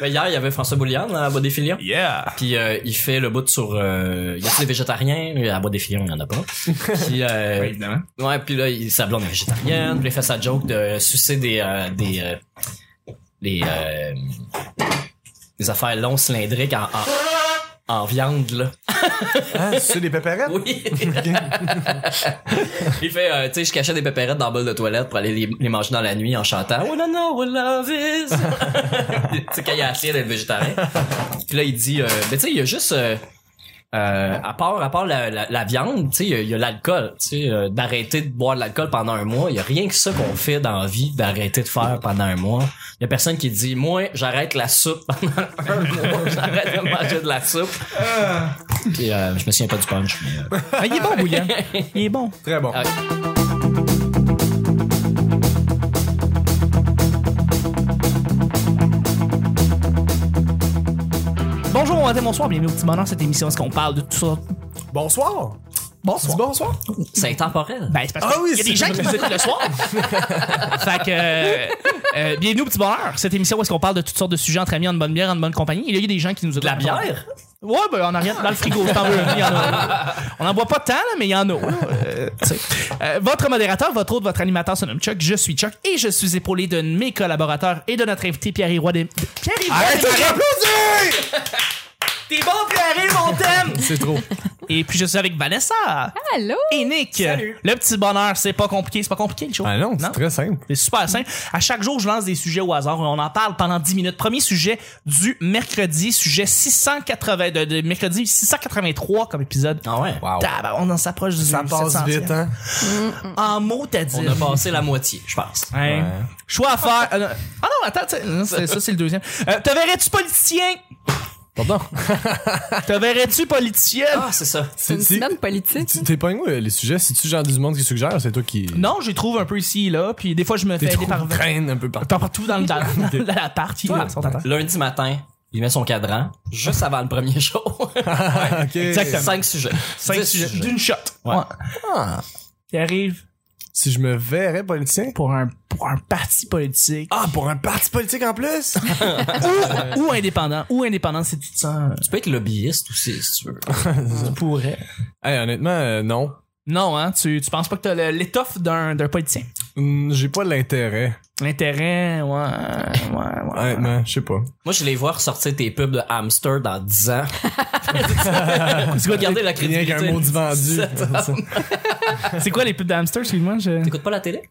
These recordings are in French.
ben, hier, il y avait François Bouliane à Bois des Filions. Yeah! Puis euh, il fait le bout sur euh, y a des végétariens à Bois des Filions, il y en a pas. Puis euh, Oui, évidemment. ouais, puis là, il, sa blonde est végétarienne, puis il fait sa joke de sucer des euh, des euh, des, euh, des affaires longs cylindriques en, en, en viande là. Hein, c'est des péperettes? Oui. il fait, euh, tu sais, je cachais des pépérettes dans le bol de toilette pour aller les, les manger dans la nuit en chantant What I know what love is. tu sais, quand il a essayé d'être végétarien. Puis là, il dit, euh, ben, tu sais, il y a juste, euh, euh, à part, à part la, la- la viande, tu sais, il y a- il y a, l'alcool. Tu sais, euh, d'arrêter de boire de l'alcool pendant un mois, il y a rien que ça qu'on fait dans la vie d'arrêter de faire pendant un mois. Il y a personne qui dit, moi, j'arrête la soupe pendant un mois, j'arrête de manger de la soupe. Puis euh, je me souviens pas du punch. mais, euh, Ah, il est bon, Bouillant. Il est bon. Très bon. Ah. Bonjour, bon matin, bonsoir, bienvenue au petit bonheur cette émission. Est-ce qu'on parle de tout ça? Bonsoir. Dis Bonsoir. bonsoir. C'est intemporel. Ben, c'est parce Ah que oui, il y a des c'est- gens qui nous écoutent le soir. fait que, euh, euh, bienvenue au petit bonheur. Cette émission où est-ce qu'on parle de toutes sortes de sujets entre amis, en bonne bière, en bonne compagnie. Et là, il y a des gens qui nous écoutent. La bière? Ouais, ben, on a rien dans le frigo. si t'en veux, il y en a. On n'en boit pas tant, là, mais il y en a. là. Euh, tu sais. Euh, votre modérateur, votre autre, votre animateur se nomme Chuck. Je suis Chuck et je suis épaulé de mes collaborateurs et de notre invité Pierre Roy des. Pierre Arrête de m'applaudir! T'es bon, Pierre, mon thème! C'est trop. Et puis je suis avec Vanessa Allô? et Nick. Le petit bonheur, c'est pas compliqué. C'est pas compliqué le show. Ah non, c'est très simple. C'est super simple. À chaque jour, je lance des sujets au hasard. On en parle pendant 10 minutes. Premier sujet du mercredi, sujet 680, de, de mercredi 683 comme épisode. Ah ouais. Wow. Tab- on en s'approche du Ça passe 700e. vite, hein? En mots, t'as dit. On a passé la moitié, je pense. Hein. Ouais. Choix à faire. euh, non. ah non, attends, tu sais, non, c'est- ça, c'est le deuxième. Euh, te verrais-tu politicien? Pardon. Te verrais-tu politicienne? Ah, c'est ça. C'est une semaine politique. Tu- T'es pas où les sujets? C'est-tu genre du monde qui suggère ou c'est toi qui. Non, j'y trouve un peu ici et là, puis des fois, je me T'es fais aider trop par traîne un peu partout. par- partout dans le dans, dans, dans l'appart. il est là, son appart. Lundi matin, il met son cadran juste avant le premier show. Ah, Ok. Exactement. Cinq sujets. Cinq Dix sujets d'une shot. Ouais. Ah. Qui arrive Si je me verrais politicien? pour un pour un parti politique Ah, pour un parti politique en plus? Ah. ou, ou indépendant ou indépendant si tu te sens euh, Tu peux être lobbyiste aussi, si tu veux. tu pourrais. hey, honnêtement, euh, non. Non hein, tu tu penses pas que t'as le- l'étoffe d'un d'un politicien. Hmm, J'ai pas l'intérêt. L'intérêt ouais ouais ouais. Honnêtement, je sais pas. Moi, je les vois ressortir tes pubs de hamster dans 10 ans. C'est quoi, Regardez la Rien crédibilité. qu'un maudit vendu. c'est quoi les pubs de hamster, excuse-moi, je T'écoutes pas la télé?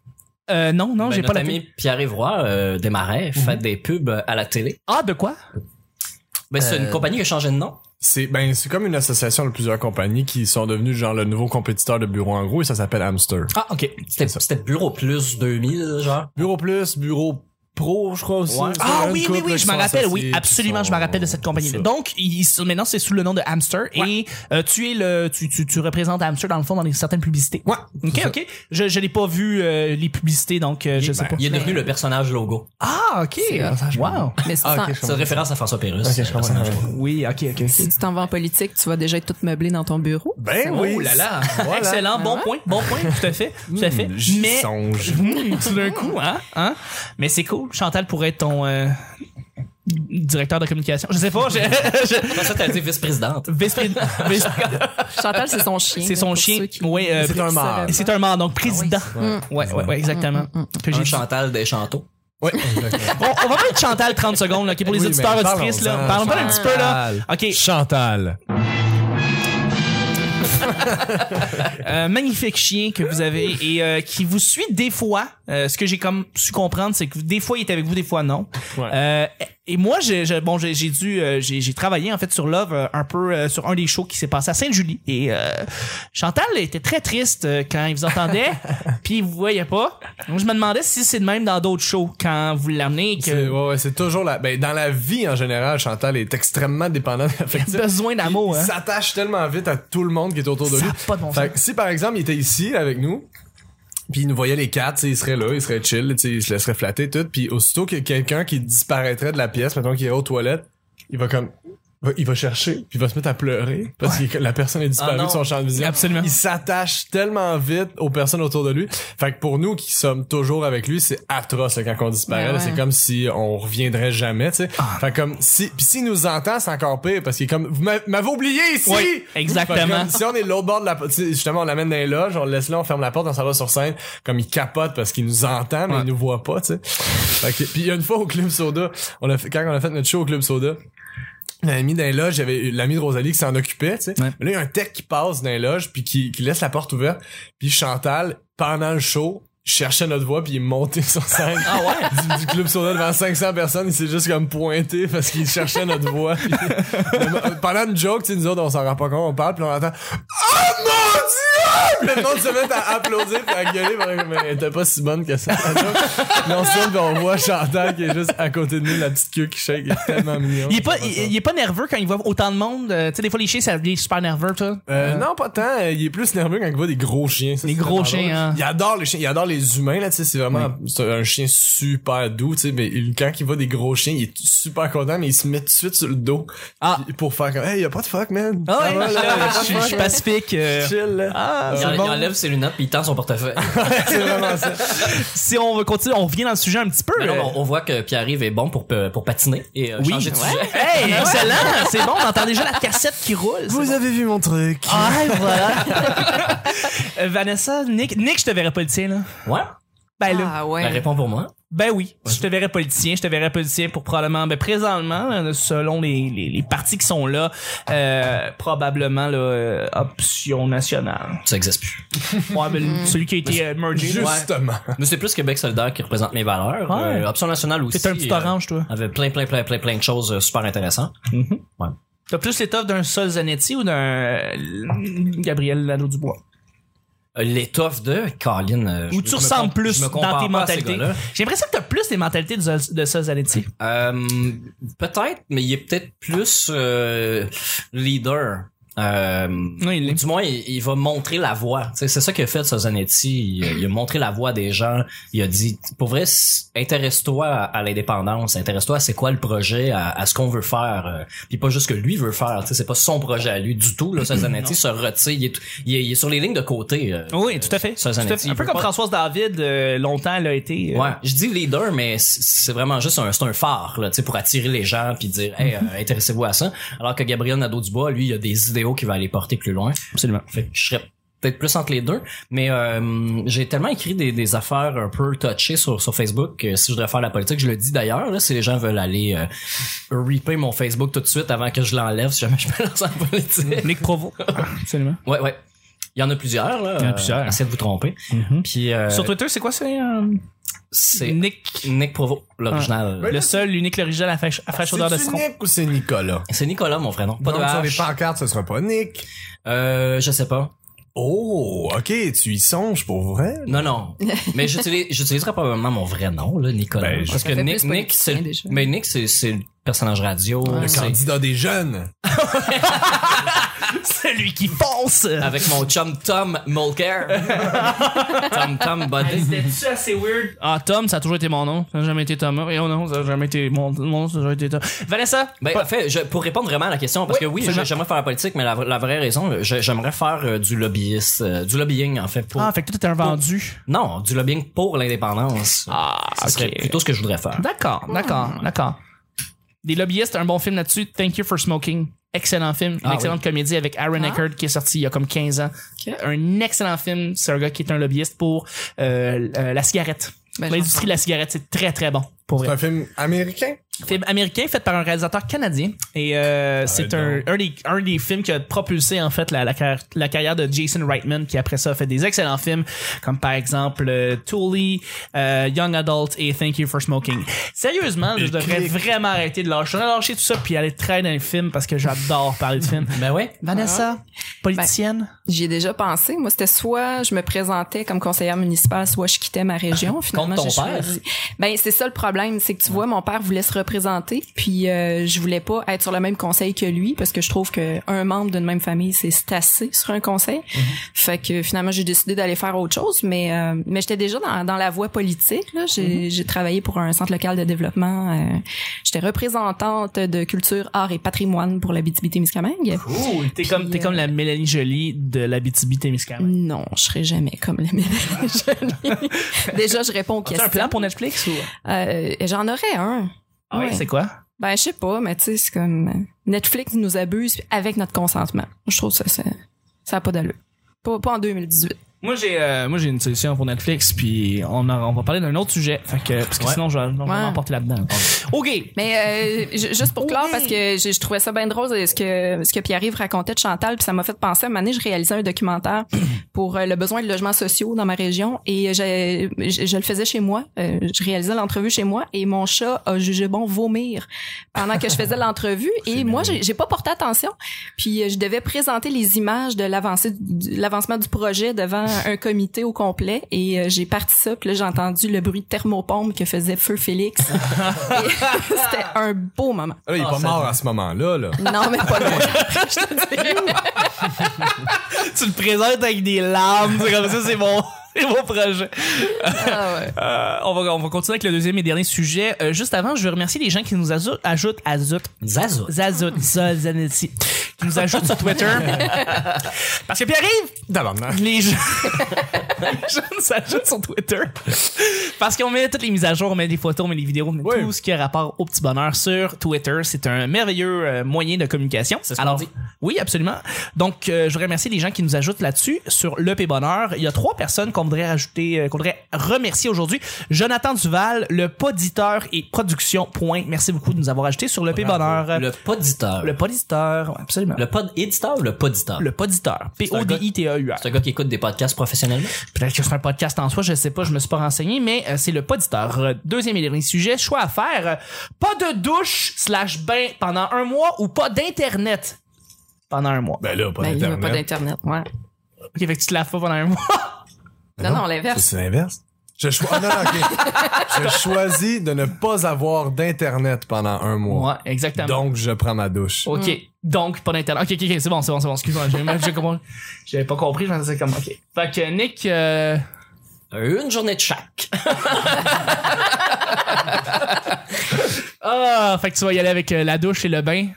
euh, non non, Ben, j'ai pas notre la ami Pierre-Yves Roy, euh, Desmarais, fait des pubs à la télé. Ah de quoi Ben, c'est une compagnie qui a changé de nom. C'est ben c'est comme une association de plusieurs compagnies qui sont devenues genre le nouveau compétiteur de bureau en gros et ça s'appelle Hamster. Ah, OK. C'était c'était Bureau Plus 2000, genre. Bureau plus, bureau pro, je crois aussi. Ouais. C'est Ah une oui, oui, couple oui, qui je sont m'en rappelle, associés, oui, qui absolument, je me sont- rappelle de cette compagnie-là. ça. Donc, il- maintenant, c'est sous le nom de Hamster et euh, tu es le, tu, tu, tu représentes Hamster dans le fond dans les- certaines publicités. Ouais. Ok, ok. Je, je n'ai pas vu euh, les publicités, donc euh, je sais pas. Il est devenu le personnage logo. Ah, ok. Wow. Mais si, Ah, tu t'en- ok, je C'est une comprends. référence à François Pérus. Ok, je comprends. Oui, ok, ok. si tu t'en vas en politique, tu vas déjà être toute meublée dans ton bureau. Ben oui. Oh là là. Voilà. Excellent, bon point, bon point, tout à fait, tout à fait. Hmm, j'y Mais songe. Mmh, tout d'un coup, hein, hein. Mais c'est cool. Chantal pourrait être ton euh, directeur de communication. Je sais pas. je- je- Ça, t'as dit vice-présidente. vice- vice- Chantal, c'est son chien. c'est son pour chien. ceux qui- Oui. euh, C'est un mort. Et C'est un mort, donc président. ouais. ouais, ouais, exactement. Que j'ai Un dit. Chantal Deschanteaux. Ouais, exactement. Bon, on va mettre Chantal 30 secondes, là, qui est pour les Oui, auditeurs, mais auditrices, là. Parlons parlons-en, pas un petit peu, là. Chantal. OK. Chantal. Euh, magnifique chien que vous avez et euh, qui vous suit des fois. Euh, ce que j'ai comme su comprendre, c'est que des fois il est avec vous, des fois non. Ouais. Euh, et moi, j'ai j'ai- bon, j'ai j'ai dû, euh, j'ai j'ai travaillé en fait sur Love euh, un peu euh, sur un des shows qui s'est passé à Saint-Julie. Et euh, Chantal était très triste euh, quand il vous entendait, puis il vous voyait pas. Donc je me demandais si c'est de même dans d'autres shows quand vous l'amenez C'est- que Ouais, ouais, c'est toujours la. Ben, dans la vie en général, Chantal est extrêmement dépendante affective. besoin d'amour. Il Hein? s'attache tellement vite à tout le monde qui est autour de Ça lui. a pas de bon Fait que si par exemple il était ici avec nous, puis il nous voyait les quatre, tu sais, il serait là, il serait chill, tu sais, il se laisserait flatter tout, puis aussitôt qu'il y a quelqu'un qui disparaîtrait de la pièce, mettons qu'il est aux toilettes, il va comme va- il va chercher, puis il va se mettre à pleurer parce que la personne est disparue Ah non. de son champ de vision. Absolument. Il s'attache tellement vite aux personnes autour de lui. Fait que pour nous qui sommes toujours avec lui, c'est atroce là, quand on disparaît. Ben là. ouais. C'est comme si on reviendrait jamais, tu sais. Fait que comme si puis s'il nous entend, c'est encore pire parce qu'il est comme vous m'a- m'avez oublié ici. Oui, exactement. Fait que comme, si on est de l'autre bord de la tu sais, justement on l'amène dans les loges, on le laisse là, on ferme la porte, on s'en va sur scène, comme il capote parce qu'il nous entend mais Ouais. il nous voit pas, tu sais. Fait que- Puis il y a une fois au club soda, on a fait, quand on a fait notre show au club soda, L'ami d'un loge, j'avais l'ami de Rosalie qui s'en occupait, tu sais. Ouais. Mais Là, il y a un tech qui passe d'un loge puis qui, qui laisse la porte ouverte. Puis Chantal, pendant le show, cherchait notre voix puis il est monté sur scène. Ah ouais? Du, du club soda devant 500 personnes, il s'est juste comme pointé parce qu'il cherchait notre voix. Puis- pendant une joke, tu sais, nous autres, on s'en rend pas compte, on parle puis on entend Oh mon dieu! Puis le monde se met à applaudir puis à gueuler. parce que, Mais elle était pas si bonne que ça. la joke. Mais on se tourne puis on voit Chantal qui est juste à côté de nous, la petite queue qui shake, il est tellement mignon. Il est pas, il, il est pas nerveux quand il voit autant de monde. euh, Tu sais, des fois, les chiens, ça devient super nerveux, toi. Euh, non, pas tant. Euh, Il est plus nerveux quand il voit des gros chiens. Ça, Des c'est gros vraiment chiens, drôle. hein. Il adore les chiens. Il adore les humains, là, tu sais. C'est vraiment c'est un chien super doux, tu sais. Mais il- quand il voit des gros chiens, il est super content, mais il se met tout de suite sur le dos. Ah. Puis- Pour faire comme, hey, y a pas de fuck, man. Ah Ça ouais, va, je- là, je suis- je suis pacifique. euh, chill, là. ah, Il, c'est en- bon. il enlève ses lunettes puis il tend son portefeuille. C'est vraiment ça. Si on veut continuer, on revient dans le sujet un petit peu. Mais non, euh, mais on, on voit que Pierre-Yves est bon pour, pe- pour patiner et euh, oui. changer de Ouais. sujet. Hey, excellent. C'est bon, on entend déjà la cassette qui roule. c'est Vous avez vu mon truc. Ah, voilà. Euh, Vanessa, Nick, Nick, je te verrais politicien, là. Ouais, Ben là. Ah ben, ouais. réponds pour moi. Ben oui, je te verrais politicien, je te verrais politicien pour probablement, ben présentement, euh, selon les, les, les partis qui sont là, euh, probablement là, euh, option nationale. Ça existe plus. Ouais, ben, celui qui a été euh, mergé. là. Ouais. Justement. Mais c'est plus Québec solidaire qui représente mes valeurs. Ah. Ouais. Euh, Option nationale aussi. T'es un petit euh, orange, toi. avait plein, plein, plein, plein, plein de choses euh, super intéressantes. T'as plus l'étoffe d'un Sol Zanetti ou d'un euh, Gabriel Lalo Dubois? Euh, L'étoffe de Colin. euh, je- Ou je tu me ressembles com- plus je me compare dans tes pas à ces mentalités? gars-là. J'ai l'impression que t'as plus les mentalités de, Sol- de Sol Zanetti. Euh, peut-être, mais il est peut-être plus euh, leader. Euh, Oui, il l'est. ou Du moins, il, il va montrer la voie. Tu sais, C'est ça qu'il a fait, Sozanetti. Il, il a montré la voie des gens. Il a dit, pour vrai, s- intéresse-toi à, à l'indépendance. Intéresse-toi à c'est quoi le projet, à, à ce qu'on veut faire. euh, Puis pas juste ce que lui veut faire. Tu sais, C'est pas son projet à lui du tout. Là, Sozanetti se retire. Il est, il, est, il est sur les lignes de côté. euh. Oui, tout à fait. Sol Tout à fait. Zanetti, Un il peu veut comme pas- Françoise David, euh, longtemps, elle a été... euh, Ouais, je dis leader, mais c- c'est vraiment juste un, c'est un phare, là, tu sais, pour attirer les gens puis dire, hey, euh, intéressez-vous à ça. Alors que Gabriel Nadeau-Dubois, lui, il a des idéaux qui va aller porter plus loin. Absolument. Fait que je serais peut-être plus entre les deux, mais euh, j'ai tellement écrit des, des affaires un peu touchées sur, sur Facebook que si je devrais faire la politique, je le dis d'ailleurs, là, si les gens veulent aller euh, reaper mon Facebook tout de suite avant que je l'enlève, si jamais je me lance en politique. Nick Provo. Ah, Absolument. Ouais, ouais. Il y en a plusieurs, là. Il y en a euh, plusieurs. essayez de vous tromper. Puis, euh, Sur Twitter, c'est quoi, c'est... euh, c'est Nick... Ah. Nick Provo, l'original. Le seul, l'unique, l'original à fraîche- à fraîche odeur de C'est citron. Nick ou c'est Nicolas? C'est Nicolas, mon frère, non? Pas Donc, de sur les H. pancartes, ce sera pas Nick. Euh, je sais pas. Oh, ok, tu y songes pour vrai? Non, non. Mais j'utilise- j'utiliserai probablement mon vrai nom, là, Nicolas. Ben, je- Parce Ça que fait Nick, plus Nick, politicien, c'est, déjà. mais Nick, c'est, c'est le personnage radio. Ouais. c'est- Candidat des jeunes. Celui qui fonce! avec mon chum Tom Mulcair. Tom, Tom Buddy. C'était-tu assez weird? Ah, Tom, ça a toujours été mon nom. Ça n'a jamais été Tom. Et oh non, ça n'a jamais été mon mon nom, ça a jamais été Tom. Vanessa! Ben, en fait, je- pour répondre vraiment à la question, parce Oui, que oui, absolument. j'aimerais faire la politique, mais la, la vraie raison, je- j'aimerais faire euh, du lobbyiste, euh, du lobbying, en fait, pour... Ah, fait que toi, t'es un vendu. Non, du lobbying pour l'indépendance. Ah, Ce serait plutôt ce que je voudrais faire. D'accord, d'accord, d'accord. Des lobbyistes, un bon film là-dessus. Thank You for Smoking. Excellent film. Une Ah, excellente comédie avec Aaron Ah. Eckert qui est sorti il y a comme 15 ans. Ok. Un excellent film. C'est un gars qui est un lobbyiste pour euh, euh, la cigarette. Ben, L'industrie de la cigarette, c'est très très bon. Pour vrai. C'est un film américain? film américain fait par un réalisateur canadien et euh, c'est un, donc. un, des, un des films qui a propulsé en fait la, la, carrière, la carrière de Jason Reitman qui après ça a fait des excellents films comme par exemple euh, Tully euh, Young Adult et Thank You for Smoking sérieusement je devrais clique. vraiment arrêter de lâcher, de lâcher tout ça puis aller traîner dans les films parce que j'adore parler de films Ben ouais. Vanessa politicienne J'y ai déjà pensé. Moi, c'était soit je me présentais comme conseillère municipale, soit je quittais ma région. Finalement, Ah, Contre ton j'ai choisi- Ben, c'est ça le problème. C'est que tu vois, mon père voulait se représenter, puis euh, je voulais pas être être sur le même conseil que lui parce que je trouve que un membre d'une même famille c'est c'est assez sur un conseil. Mhm. Fait que finalement j'ai décidé d'aller faire autre chose, mais euh, mais j'étais déjà dans, dans la voie politique. Là, j'ai Mhm. j'ai travaillé pour un centre local de développement. euh, j'étais représentante de culture, art et patrimoine pour la BTB-Témiscamingue. Cool. T'es comme, t'es comme la Mélanie Jolie de l'Abitibi-Témiscamingue. Non, je serai jamais comme la Mélanie Joly. Déjà, je réponds aux As-tu questions. un plan pour Netflix ou? Euh, J'en aurais un. Ah ouais, Ouais. c'est quoi? Ben, je sais pas, mais tu sais, c'est comme euh, Netflix nous abuse avec notre consentement. Je trouve ça, ça, ça a pas d'allure. Pas, pas en 2018. Moi j'ai euh, moi j'ai une solution pour Netflix puis on en- on va parler d'un autre sujet fait que parce que Ouais. sinon je vais je vais Ouais. m'emporter là-dedans. OK. Mais euh, ju- juste pour clore, parce que je, je trouvais ça bien drôle euh, ce que ce que Pierre-Yves racontait de Chantal, puis ça m'a fait penser. À un moment donné, je réalisais un documentaire pour euh, le besoin de logements sociaux dans ma région, et je, je, je le faisais chez moi. Euh, je réalisais l'entrevue chez moi, et mon chat a jugé bon vomir pendant que je faisais l'entrevue. et moi, j'ai j'ai pas porté attention. Puis euh, je devais présenter les images de l'avancée du- l'avancement du projet devant un comité au complet, et euh, j'ai parti ça. Puis là, j'ai entendu le bruit de thermopompe que faisait Feu Félix. Et C'était un beau moment. Là, il est Ah, pas ça- mort à ce moment-là, là. Ah. Non, mais pas loin. Je te dirais. tu le présentes avec des larmes, c'est comme ça c'est mon c'est mon projet. Ah ouais. Euh, on va on va continuer avec le deuxième et dernier sujet. Euh, juste avant, je veux remercier les gens qui nous ajoutent ajoutent ajoutent Zazo. Zazout, Zazanetti, qui nous ajoutent sur Twitter. Parce que Pierre-Yves, Tabarnak. les gens, les gens s'ajoutent sur Twitter. Parce qu'on met toutes les mises à jour, on met des photos, on met les vidéos, on met Oui. tout ce qui a rapport au petit bonheur sur Twitter. C'est un merveilleux euh, moyen de communication. C'est ce qu'on dit. oui, absolument. Donc, euh, je remercie les gens qui nous ajoutent là-dessus sur le P Bonheur. Il y a trois personnes qu'on voudrait ajouter, euh, qu'on voudrait remercier aujourd'hui. Jonathan Duval, le poditeur et production. Point. Merci beaucoup de nous avoir ajouté sur le P Bonheur. Le poditeur. Le Le, poditeur, absolument. Le, pod éditeur ou le poditeur? poditeur. un gars- P-O-D-I-T-E-U-R. C'est un gars qui écoute des podcasts professionnellement? Peut-être que c'est un podcast en soi, je sais pas, je me suis pas renseigné, mais euh, c'est le poditeur. Euh, Deuxième et dernier sujet, choix à faire. euh, Pas de douche slash bain pendant un mois ou pas d'internet pendant un mois. Ben là, pas Ben, il n'y a d'internet. pas d'Internet. Ouais. Ok, fait que tu te laves pas pendant un mois. Ben Non, non, Ça, l'inverse. Ben C'est l'inverse. Je, cho- ah, non, non, ok. je choisis de ne pas avoir d'internet pendant un mois. Ouais, exactement. Donc, je prends ma douche. ok, donc pas d'internet. Ok, ok, ok, c'est bon, c'est bon, c'est bon, excuse-moi, j'ai même- j'ai compris- j'avais pas compris, j'en sais comme, ok. Fait que Nick, euh, Une journée de chaque. ah, fait que tu vas y aller avec euh, la douche et le bain.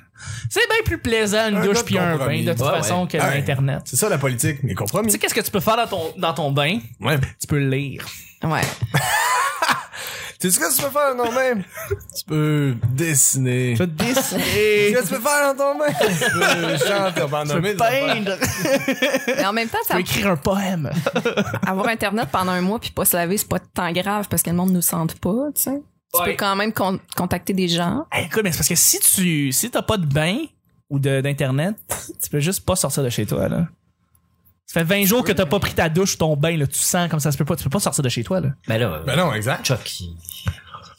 C'est bien plus plaisant une Un douche autre puis un bain, compromis. de toute Ouais, façon, que Ouais. l'internet. C'est ça la politique, mais Tu compromis. sais, qu'est-ce que tu peux faire dans ton, dans ton bain? Ouais. Tu peux lire. Ouais. Tu sais ce que tu peux faire dans ton bain? tu peux dessiner. Tu Tu vas te dessiner. sais ce que tu peux faire dans ton bain? tu peux chanter, on va en tu nommer peux des affaires. peindre. Tu Mais en même temps, ça, peux écrire un poème. avoir Internet pendant un mois puis pas se laver, c'est pas tant grave parce que le monde nous sente pas, tu sais. Tu Ouais. peux quand même con- contacter des gens. Hey, écoute, mais c'est parce que si tu si t'as pas de bain ou de- d'internet, tu peux juste pas sortir de chez toi là. Ça fait 20 jours que t'as pas pris ta douche ou ton bain là, tu sens comme ça se peut pas, tu peux pas sortir de chez toi là. Ben là, Ben non, exact. Chuck, il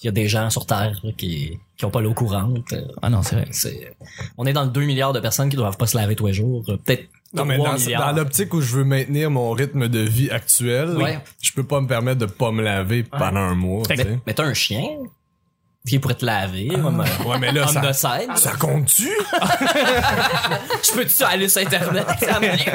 il y a des gens sur Terre là, qui qui ont pas l'eau courante. Euh, Ah non, c'est vrai. C'est, on est dans le 2 milliards de personnes qui doivent pas se laver tous les jours. Euh, Peut-être Non, mais 3 dans, milliards. dans l'optique où je veux maintenir mon rythme de vie actuel, Ouais. je peux pas me permettre de pas me laver pendant un mois. tu sais. Mais, mais t'as un chien qui pourrait te laver. comme, euh, Ouais, mais là, on Ah, ça, the side. ça compte-tu? Ah, Je peux-tu aller sur Internet? Ça me vient.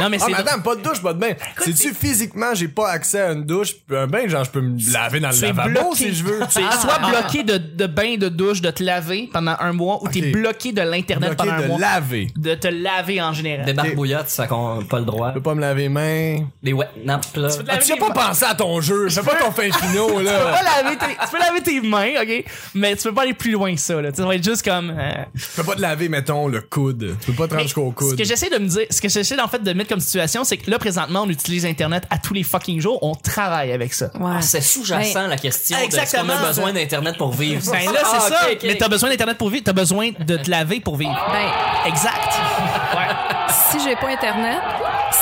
Non mais Ah, c'est mais attends, pas de douche, pas de bain. Sais-tu, physiquement, j'ai pas accès à une douche pis un bain, genre, je peux me laver dans le c'est lavabo bloqué. si je veux. Ah, c'est soit bloqué de, de bain, de douche, de te laver pendant un mois, ou t'es Ok. bloqué de l'internet bloqué pendant de un mois, laver. de te laver en Des général. barbouillottes, ça qu'on pas le droit. Je peux pas me laver les mains. Des wet naps, là. peux te Ah, laver tu as les pas mains. pensé à ton jeu. Fais pas ton fin finot, tu peux là. pas laver tes, tu peux laver tes mains, ok? Mais tu peux pas aller plus loin que ça, là. Tu sais, Ça va être juste comme. euh, Fais pas te laver, mettons, le coude. Tu peux pas te rendre mais jusqu'au Ce coude. que j'essaie de me dire, ce que j'essaie en fait de mettre comme situation, c'est que là présentement, on utilise Internet à tous les fucking jours, on travaille avec ça. Ouais. Ah, c'est sous-jacent la question de est-ce qu'on Exactement. a besoin d'Internet pour vivre. Ben là, c'est Ah, ça. ok, ok. Mais t'as besoin d'Internet pour vivre, t'as besoin de te laver pour vivre. Ben, Exact. Ouais. si j'ai pas Internet,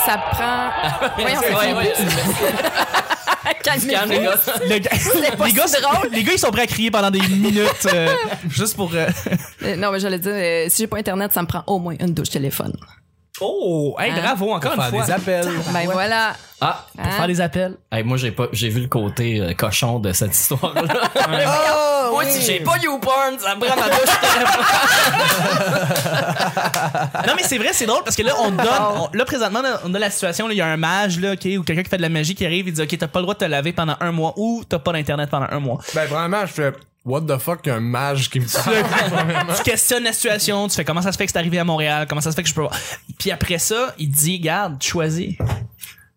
ça prend. Voyons, Ouais, ça ouais, finit ouais. plus. Calme, les gars. Le gars- les, gars, les gars, ils sont prêts à crier pendant des minutes euh, juste pour. euh, Hein? Euh, Non, mais j'allais dire, euh, si j'ai pas Internet, ça me prend au moins une douche téléphone. Oh, hey, Hein? bravo encore Faire une fois. des appels. Ben voilà. Ah, Pour Hein? faire des appels. hey, moi j'ai pas j'ai vu le côté euh, cochon de cette histoire là. Ah, moi oui. si j'ai pas YouPorn, ça me prend ma douche. Non, mais c'est vrai, c'est drôle parce que là, on te donne. Ah, on- là, présentement, là, on a la situation, là, il y a un mage, là, OK, ou quelqu'un qui fait de la magie qui arrive, il dit, OK, t'as pas le droit de te laver pendant un mois ou t'as pas d'Internet pendant un mois. Ben, vraiment, je fais, what the fuck, un mage qui me parle. tu questionnes la situation, tu fais comment ça se fait que c'est arrivé à Montréal, comment ça se fait que je peux voir. Puis après ça, il dit, garde, choisis.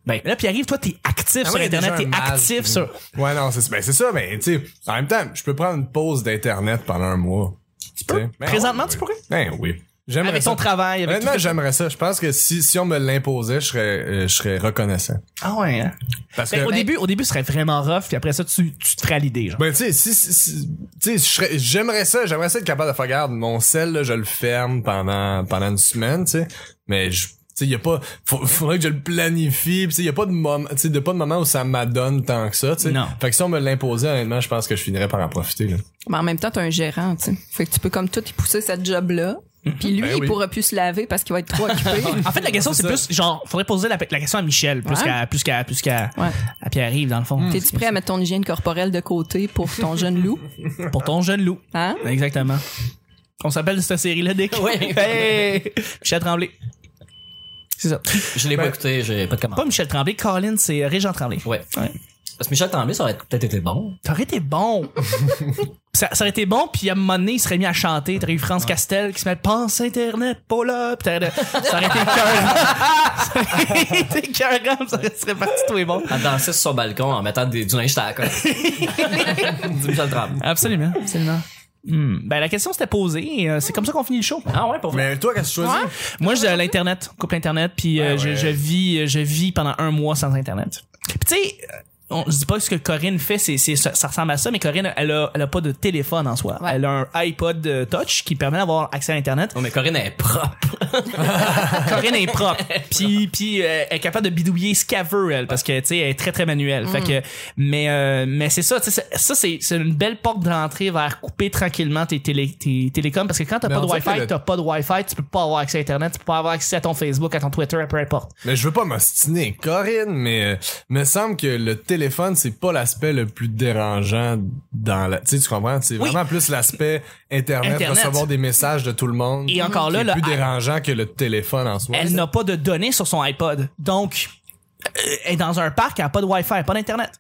Ben, là, puis arrive, toi, t'es actif Ah, sur moi, il y a Internet, déjà t'es un mage actif qui- sur. ouais, non, c'est, ben, c'est ça, mais, tu sais, en même temps, je peux prendre une pause d'Internet pendant un mois. Tu peux? Présentement, tu pourrais? Ben oui. J'aimerais Avec ça. ton travail, avec Honnêtement, tout- j'aimerais ça. Je pense que si, si on me l'imposait, je serais, euh, je serais reconnaissant. Ah ouais. hein. Parce Ben, que, au début, au début, ce serait vraiment rough, puis après ça, tu, tu te ferais à l'idée, genre. Ben, tu sais, si, si- si- tu sais, je serais- j'aimerais ça, j'aimerais ça être capable de faire, garde, mon sel, là, je le ferme pendant, pendant une semaine, tu sais. Mais je, tu sais, y a pas, faut- faudrait que je le planifie, pis tu sais, y a pas de moment, tu sais, de pas de moment où ça m'adonne tant que ça, tu sais. Non. Fait que si on me l'imposait, honnêtement, je pense que je finirais par en profiter, là. Mais en même temps, t'as un gérant, tu sais. Fait que tu peux comme tout y pousser cette job-là. Mhm. Puis lui, Ben il oui. pourra plus se laver parce qu'il va être trop occupé. En fait, la question, c'est plus, genre, faudrait poser la, la question à Michel, plus Ouais. qu'à, plus qu'à, plus qu'à, Ouais. à Pierre-Yves, dans le fond. T'es-tu prêt à mettre ton hygiène corporelle de côté pour ton jeune loup? Pour ton jeune loup. Hein? Exactement. On s'appelle cette série-là, Dick. Oui. Hey! Michel Tremblay. C'est ça. Je l'ai pas Ben, écouté, j'ai pas de Pas commentaire. Michel Tremblay, Colin, c'est euh, Régent Tremblay. Ouais. Ouais. Parce que Michel Tremblay, ça aurait peut-être été bon. Ça aurait été bon. ça, ça aurait été bon, puis à un moment donné, il serait mis à chanter. T'aurais eu France Castel qui se met Pense Internet, Paula. Puis t'aurais- ça aurait été écœurant. ça aurait été écœurant, ça serait parti tout est bon. À danser sur son balcon en mettant des, du linge à la colle. du Michel Tremblay. Absolument, absolument. Hmm. Ben, la question s'était posée. et, euh, c'est comme ça qu'on finit le show. Ah ouais, pour vrai. Mais toi, qu'est-ce que tu choisis? Moi, j'ai l'internet, couple internet, puis euh, Ouais, je, ouais. je vis, je vis pendant un mois sans internet. Puis tu sais, euh, on- je dis pas que ce que Corinne fait, c'est, c'est- ça, ça ressemble à ça, mais Corinne, elle a, elle a pas de téléphone en soi. Ouais. Elle a un iPod euh, Touch qui permet d'avoir accès à internet. Non, mais Corinne elle est propre. Corinne est propre, puis puis euh, elle est capable de bidouiller ce qu'elle veut elle, parce que tu sais, elle est très très manuelle. Mm. Fait que, mais euh, mais c'est ça, tu sais, ça- ça c'est, c'est une belle porte d'entrée vers couper tranquillement tes télé, tes télécoms, parce que quand t'as Mais pas de on dirait que Wi-Fi, le- t'as pas de Wi-Fi, tu peux pas avoir accès à internet, tu peux pas avoir accès à ton Facebook, à ton Twitter, à peu importe. Mais je veux pas m'ostiner, Corinne, mais euh, me semble que le téléphone, c'est pas l'aspect le plus dérangeant dans la... Tu sais, tu comprends? C'est Oui. vraiment plus l'aspect Internet, Internet. recevoir des messages de tout le monde. Et encore là, C'est plus le- dérangeant que le téléphone en soi. elle n'a pas de données sur son iPod. Donc, euh, elle est dans un parc, elle n'a pas de Wi-Fi, elle n'a pas d'Internet.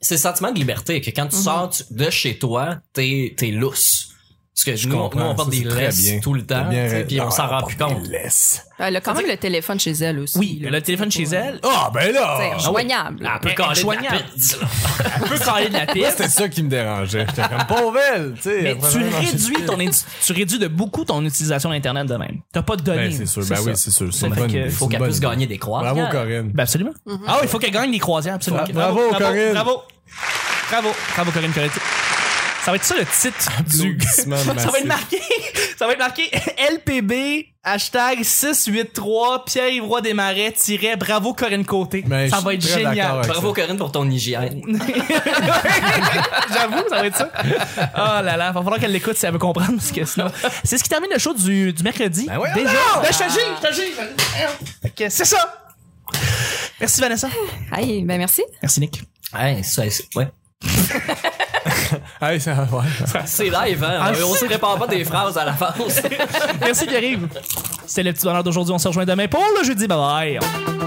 C'est le sentiment de liberté que Mhm. quand tu sors tu- de chez toi, t'es, t'es lousse. Parce que je nous, comprends, nous, on porte ça, des c'est très laisses bien. tout le temps, T'as bien tu sais, raison. puis on Ah, s'en rend porte plus des compte. laisses. Elle a quand même le téléphone chez elle aussi. Oui, là. le téléphone chez elle. Ah. Oh, Ah, ben C'est là! joignable. Elle peut Elle est caler de la joignable. pizza. elle peut parler de la piste. C'était ça qui me dérangeait. J'étais comme, pauvre tu sais. Ben, Mais elle tu prenait un réduis, marché. ton, indi- tu réduis de beaucoup ton utilisation d'Internet de même. T'as pas de données. Ben, c'est sûr. Ben ça. oui, c'est sûr. C'est Fait une bonne que idée, faut c'est Faut une qu'elle bonne puisse idée. gagner des croix. Bravo, Corinne. Ben absolument. Ah oui, il faut qu'elle gagne les croisières, absolument. Bravo, Corinne. Bravo, bravo, bravo, Corinne Coretti. Ça va être ça le titre du... Applaudissements Ça va massifs. être marqué, ça va être marqué LPB, hashtag 683, Pierre-Yves des Marais, tiret, bravo Corinne Côté. Ben, ça je va suis être très d'accord génial. avec Bravo Corinne pour ton hygiène. J'avoue, ça va être ça. Oh là là, va falloir qu'elle l'écoute si elle veut comprendre parce que sinon. C'est ce qui termine le show du, du mercredi. Ben ouais, Déjà. alors! Ben, je t'agis, je t'agis. Ok, c'est ça. Merci Vanessa. Aïe, ben merci. Merci Nick. Hey, c'est, c'est- ouais. Ben ça. Hey, ça ouais. C'est live, hein? Ah, on, on se c'est- prépare pas des phrases à l'avance. Merci Pierre-Yves. C'était le petit bonheur d'aujourd'hui. On se rejoint demain pour le jeudi. Bye bye.